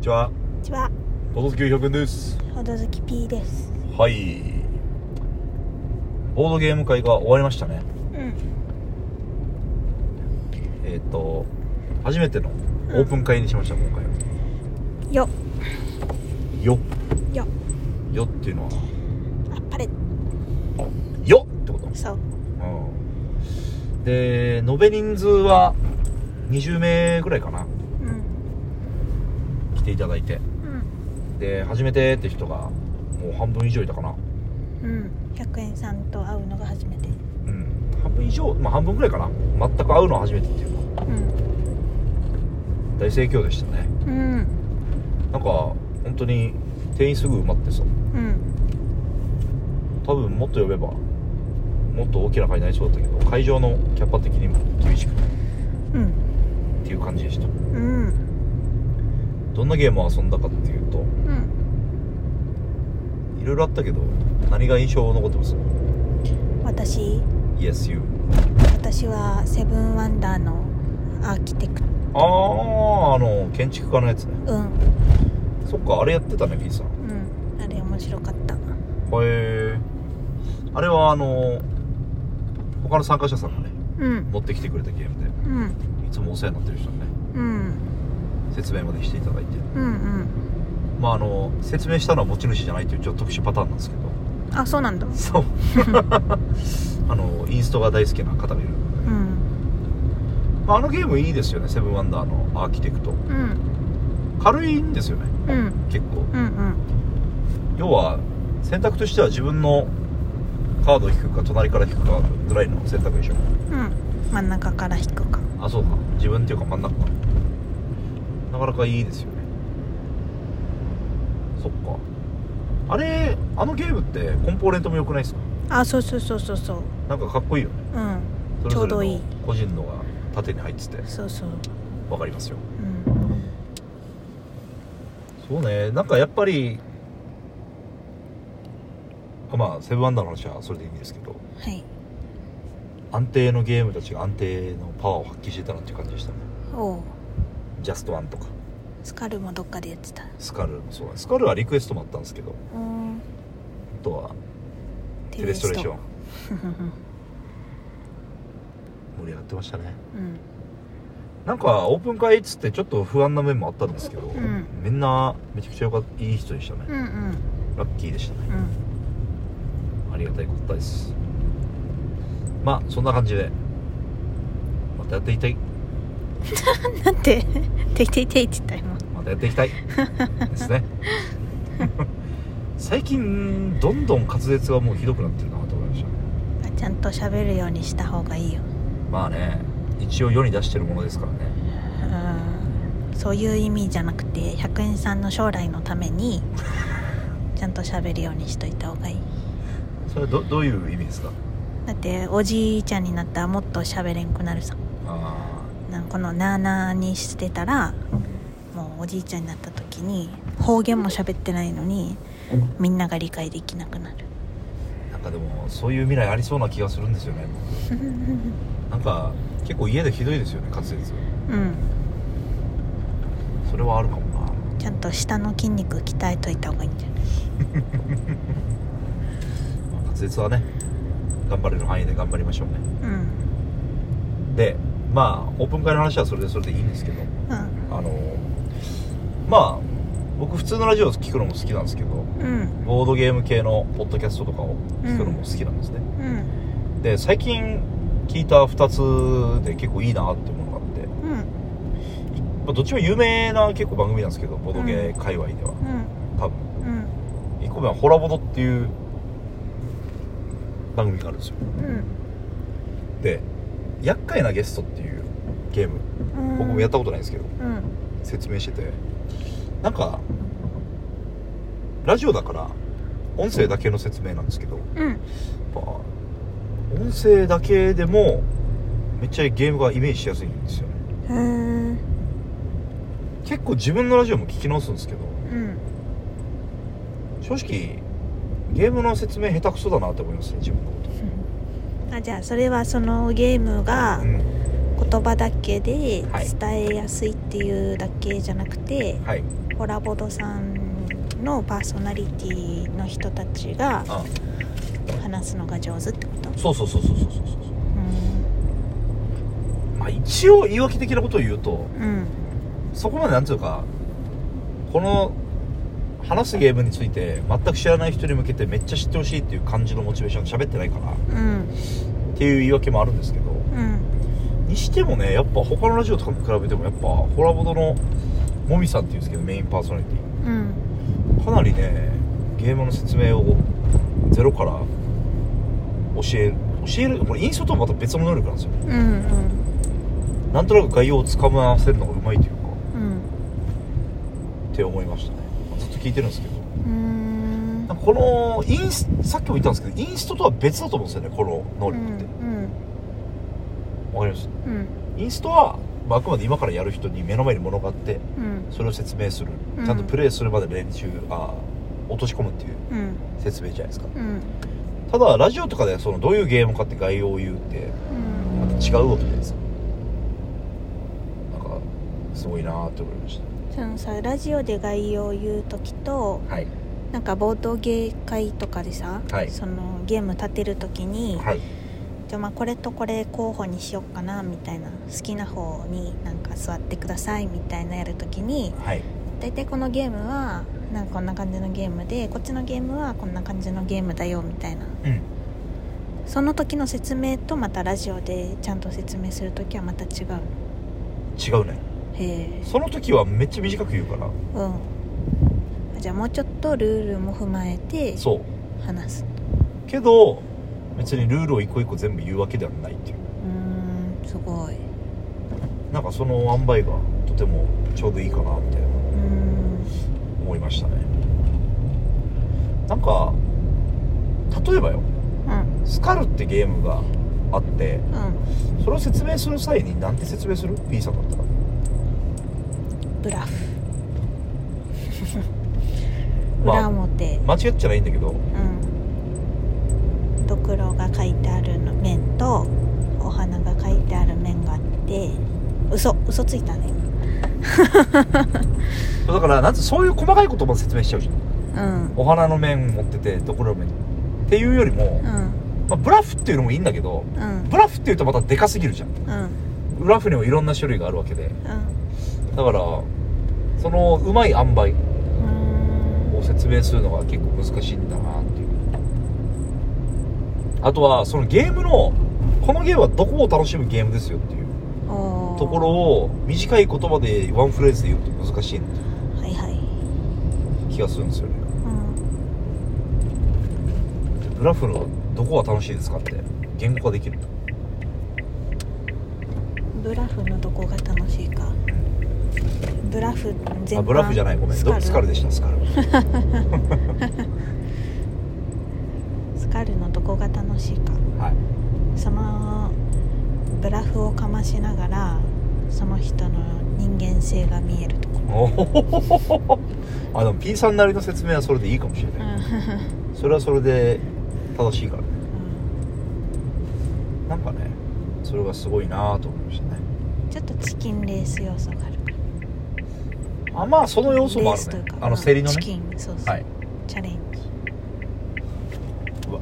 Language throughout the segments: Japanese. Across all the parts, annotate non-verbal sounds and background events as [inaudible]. ちは、こんにちは、ボード好き900円です。ほどずき P です。はい。ボードゲーム会が終わりましたね。うん、えっ、と、初めてのオープン会にしました、今回は。よ、よ。よ、よっていうのは、あっぱれ、よってことそう、うん。で、延べ人数は20名ぐらいかな。うん、来ていただいて。うん、で、初めてって人が、もう半分以上いたかな。うん、百円さんと会うのが初めて。うん。半分以上、まあ半分ぐらいかな。全く会うのは初めてっていうか、うん、大盛況でしたね。うん、なんか本当に店員すぐ埋まってさうん、多分もっと呼べばもっと大きな会になりそうだったけど会場のキャパ的にも厳しくっうん、ていう感じでしたうん、どんなゲームを遊んだかっていうとうん、いろいろあったけど何が印象残ってます私、 ?Yes, you 私はセブンワンダーのアーキテクト。あああの建築家のやつねうん、そっかあれやってたね P さんへうん、あれ面白かった。えあれはあの他の参加者さんがねうん、持ってきてくれたゲームでうん、いつもお世話になってる人にねうん、説明までしていただいてうん、うん、まああの説明したのは持ち主じゃないというちょっと特殊パターンなんですけどあ、そうなんだ。そう [laughs] あのインストが大好きな方がいる、うん、まあ、あのゲームいいですよね「セブンワンダーのアーキテクトうん、軽いんですよねうん、結構うん、うん、要は選択としては自分のカードを引くか隣から引くかぐらいの選択でしょうん、真ん中から引くか。あそうか自分っていうか真ん中かなかなかいいですよねそっかあれあのゲームってコンポーネントも良くないですかあ、そうそうそうそうそう。なんかかっこいいよねそうん、れちょぞうれどいのい個人のが縦に入っててそうそう、わかりますようん、そうねなんかやっぱりあまあセブンアンダーの話はそれでいいんですけどはい安定のゲームたちが安定のパワーを発揮してたなっていう感じでしたねおうジャストワンとかスカルもどっかでやってたスカルもそうだスカルはリクエストもあったんですけどうんあとはテレストレーション盛り上がってましたねうんなんかオープン会っつってちょっと不安な面もあったんですけど、んみんなめちゃくちゃよかったいい人でしたねうんうんラッキーでしたねうんありがたいことですまあそんな感じでまたやっていきたいなんて [laughs] 「ていていてい」って言った今またやっていきたいです [laughs] ね最近どんどん滑舌がもうひどくなってるなと思いましたねあちゃんと喋るようにした方がいいよまあね一応世に出してるものですからねうんそういう意味じゃなくて100円さんの将来のためにちゃんと喋るようにしといた方がいいそれはどどういう意味ですかだっておじいちゃんになったらもっと喋れんくなるさあなんかこのなあなあにしてたらもうおじいちゃんになった時に方言も喋ってないのにみんなが理解できなくなる [laughs] ーなんかでもそういう未来ありそうな気がするんですよねなんか結構家でひどいですよね滑舌うんそれはあるかもなちゃんと下の筋肉鍛えといた方がいいんじゃないまあ滑舌はね頑張れる範囲で頑張りましょうねうんでまあオープン会の話はそれでそれでいいんですけどうんあのまあ僕普通のラジオ聞くのも好きなんですけどうんボードゲーム系のポッドキャストとかを聞くのも好きなんですね、うんで最近聞いた2つで結構いいなって思うのがあって、うんまあ、どっちも有名な結構番組なんですけどボードゲー界隈では多分うんうん1個目は「ホラボド」っていう番組があるんですよで「厄介なゲスト」っていうゲームうん僕もやったことないんですけどうん説明しててなんかラジオだから音声だけの説明なんですけどやっうんぱ音声だけでもめっちゃゲームがイメージしやすいんですよねうん結構自分のラジオも聞き直すんですけどうん正直ゲームの説明下手くそだなって思いますね自分のことあじゃあそれはそのゲームがうん言葉だけではい伝えやすいっていうだけじゃなくて、はいホラボドさんのパーソナリティの人たちがあ話すのが上手ってことそうそうそうそうそうそうそううまあ一応言い訳的なことを言うとんうんそこまでなんていうかこの話すゲームについて全く知らない人に向けてめっちゃ知ってほしいっていう感じのモチベーションで喋ってないからっうんていう言い訳もあるんですけどうんにしてもねやっぱ他のラジオとかに比べてもやっぱホラボドのもみさんっていうんですけどメインパーソナリティうんかなりねゲームの説明をゼロから教える教えるこれインストとはまた別の能力なんですようんうんなんとなく概要をつかまわせるのがうまいというかうんって思いましたねずっと聞いてるんですけどうーんなんかこのインスさっきも言ったんですけどインストとは別だと思うんですよねこの能力ってうんわかりますうんインストは、まあ、あくまで今からやる人に目の前に物があってうんそれを説明するうんちゃんとプレイするまで練習あ落とし込むっていううん説明じゃないですかうんただラジオとかでそのどういうゲームかって概要を言うってまた違うわけじゃないですかなんかすごいなーって思いましそのさラジオで概要を言う時とたはいなんか冒頭芸会とかでさ、はいそのゲーム立てる時に、はいじゃあまあこれとこれ候補にしよっかなみたいな好きな方になんか座ってくださいみたいなやる時にはい大体このゲームはなんかこんな感じのゲームでこっちのゲームはこんな感じのゲームだよみたいなうんその時の説明とまたラジオでちゃんと説明する時はまた違う違うねへえその時はめっちゃ短く言うからうんじゃあもうちょっとルールも踏まえてそう話すけど別にルールを一個一個全部言うわけではないっていううーんすごいうなんかその塩梅がとてもちょうどいいかなってーん思いましたねなんか例えばようんスカルってゲームがあってうそれを説明する際に何て説明する ?P さんだったらんブ [laughs] ラフまあ裏表、間違っちゃないんだけどうんドクロが書いてあるの面とお花が書いてある面があって嘘嘘ついたねだからなんてそういう細かいことまで説明しちゃうじゃんうんお花の面持っててどこの面っていうよりも、うんまあ、ブラフっていうのもいいんだけどうんブラフっていうとまたでかすぎるじゃんうんブラフにもいろんな種類があるわけでうんだからそのうまい塩梅を説明するのが結構難しいんだなっていうあとはそのゲームのこのゲームはどこを楽しむゲームですよっていうおーところを短い言葉でワンフレーズで言うと難しいなってはいはい、いう気がするんですよねうん、ブラフのどこが楽しいですかって言語化できるブラフのどこが楽しいかブラフ全あ般ブラフじゃないごめんスどカルスカルでしたスカル [laughs] スカルのどこが楽しいかはいそのブラフをかましながらその人の人間性が見えるとこおおあでも P さんなりの説明はそれでいいかもしれうない、んそれはそれで正しいからねなんかねそれがすごいなと思いましたねちょっとチキンレース要素があるあまあその要素もあるレねースというかあの競りのチねキンそうそう、はいチャレンジうわ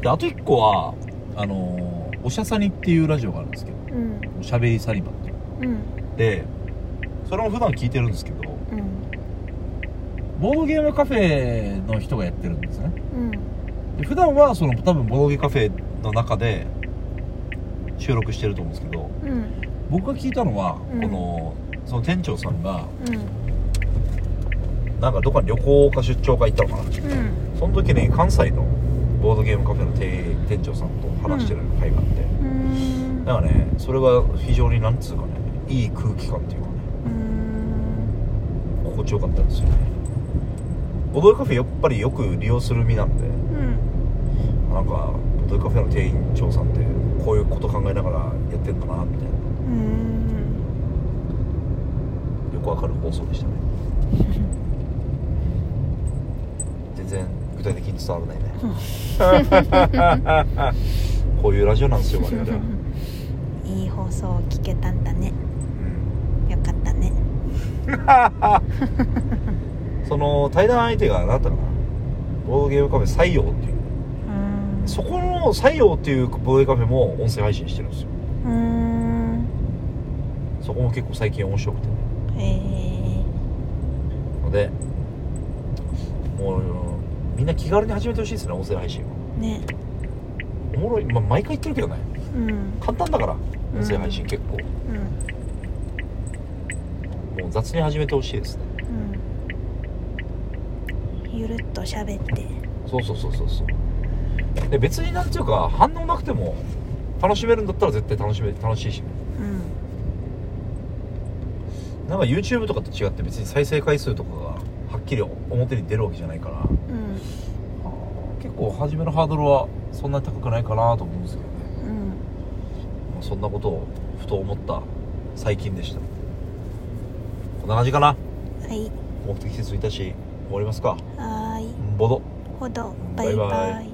であと1個はあのーおしゃさにっていうラジオがあるんですけどうんおしゃべりサニバっていううんでそれも普段聞いてるんですけどうんボードゲームカフェの人がやってるんですねうんで普段はその多分ボードゲームカフェの中で収録してると思うんですけどうん僕が聞いたのは、うんこのその店長さんがうんなんかどっかに旅行か出張か行ったのかなうんその時に関西のボードゲームカフェの店店長さんと話してる会があって、うんだからねそれが非常になんつうかねいい空気感っていうかねうん心地よかったんですよねボードゲームカフェやっぱりよく利用する身なんでうんなんかボードゲームカフェの店員長さんってこういうこと考えながらやってんだなみたいなうんよくわかる放送でしたね全然具体的に伝わらないね [laughs] こういうラジオなんですよ我々はいい放放送を聞けたんだねよかったねうん、 [laughs] その対談相手が何だったかなボードゲームカフェ採用っていううんそこの採用っていうボードゲームカフェも音声配信してるんですようーんそこも結構最近面白くてえのでもううんみんな気軽に始めてほしいですね音声配信はー、ねおもろい、まあ、毎回言ってるけどねうん簡単だから音声配信結構、うんもう雑に始めてほしいですねうんゆるっと喋ってそうそうそうそうそうで別になんていうか反応なくても楽しめるんだったら絶対楽しめ楽しいしうんなんか YouTube とかと違って別に再生回数とかがはっきり表に出るわけじゃないからうん結構初めのハードルはそんなに高くないかなと思うんですけどねうんまあそんなことをふと思った最近でしたこんな感じかなはい目的説いたし終わりますかはーいボドほどババイイバイバイ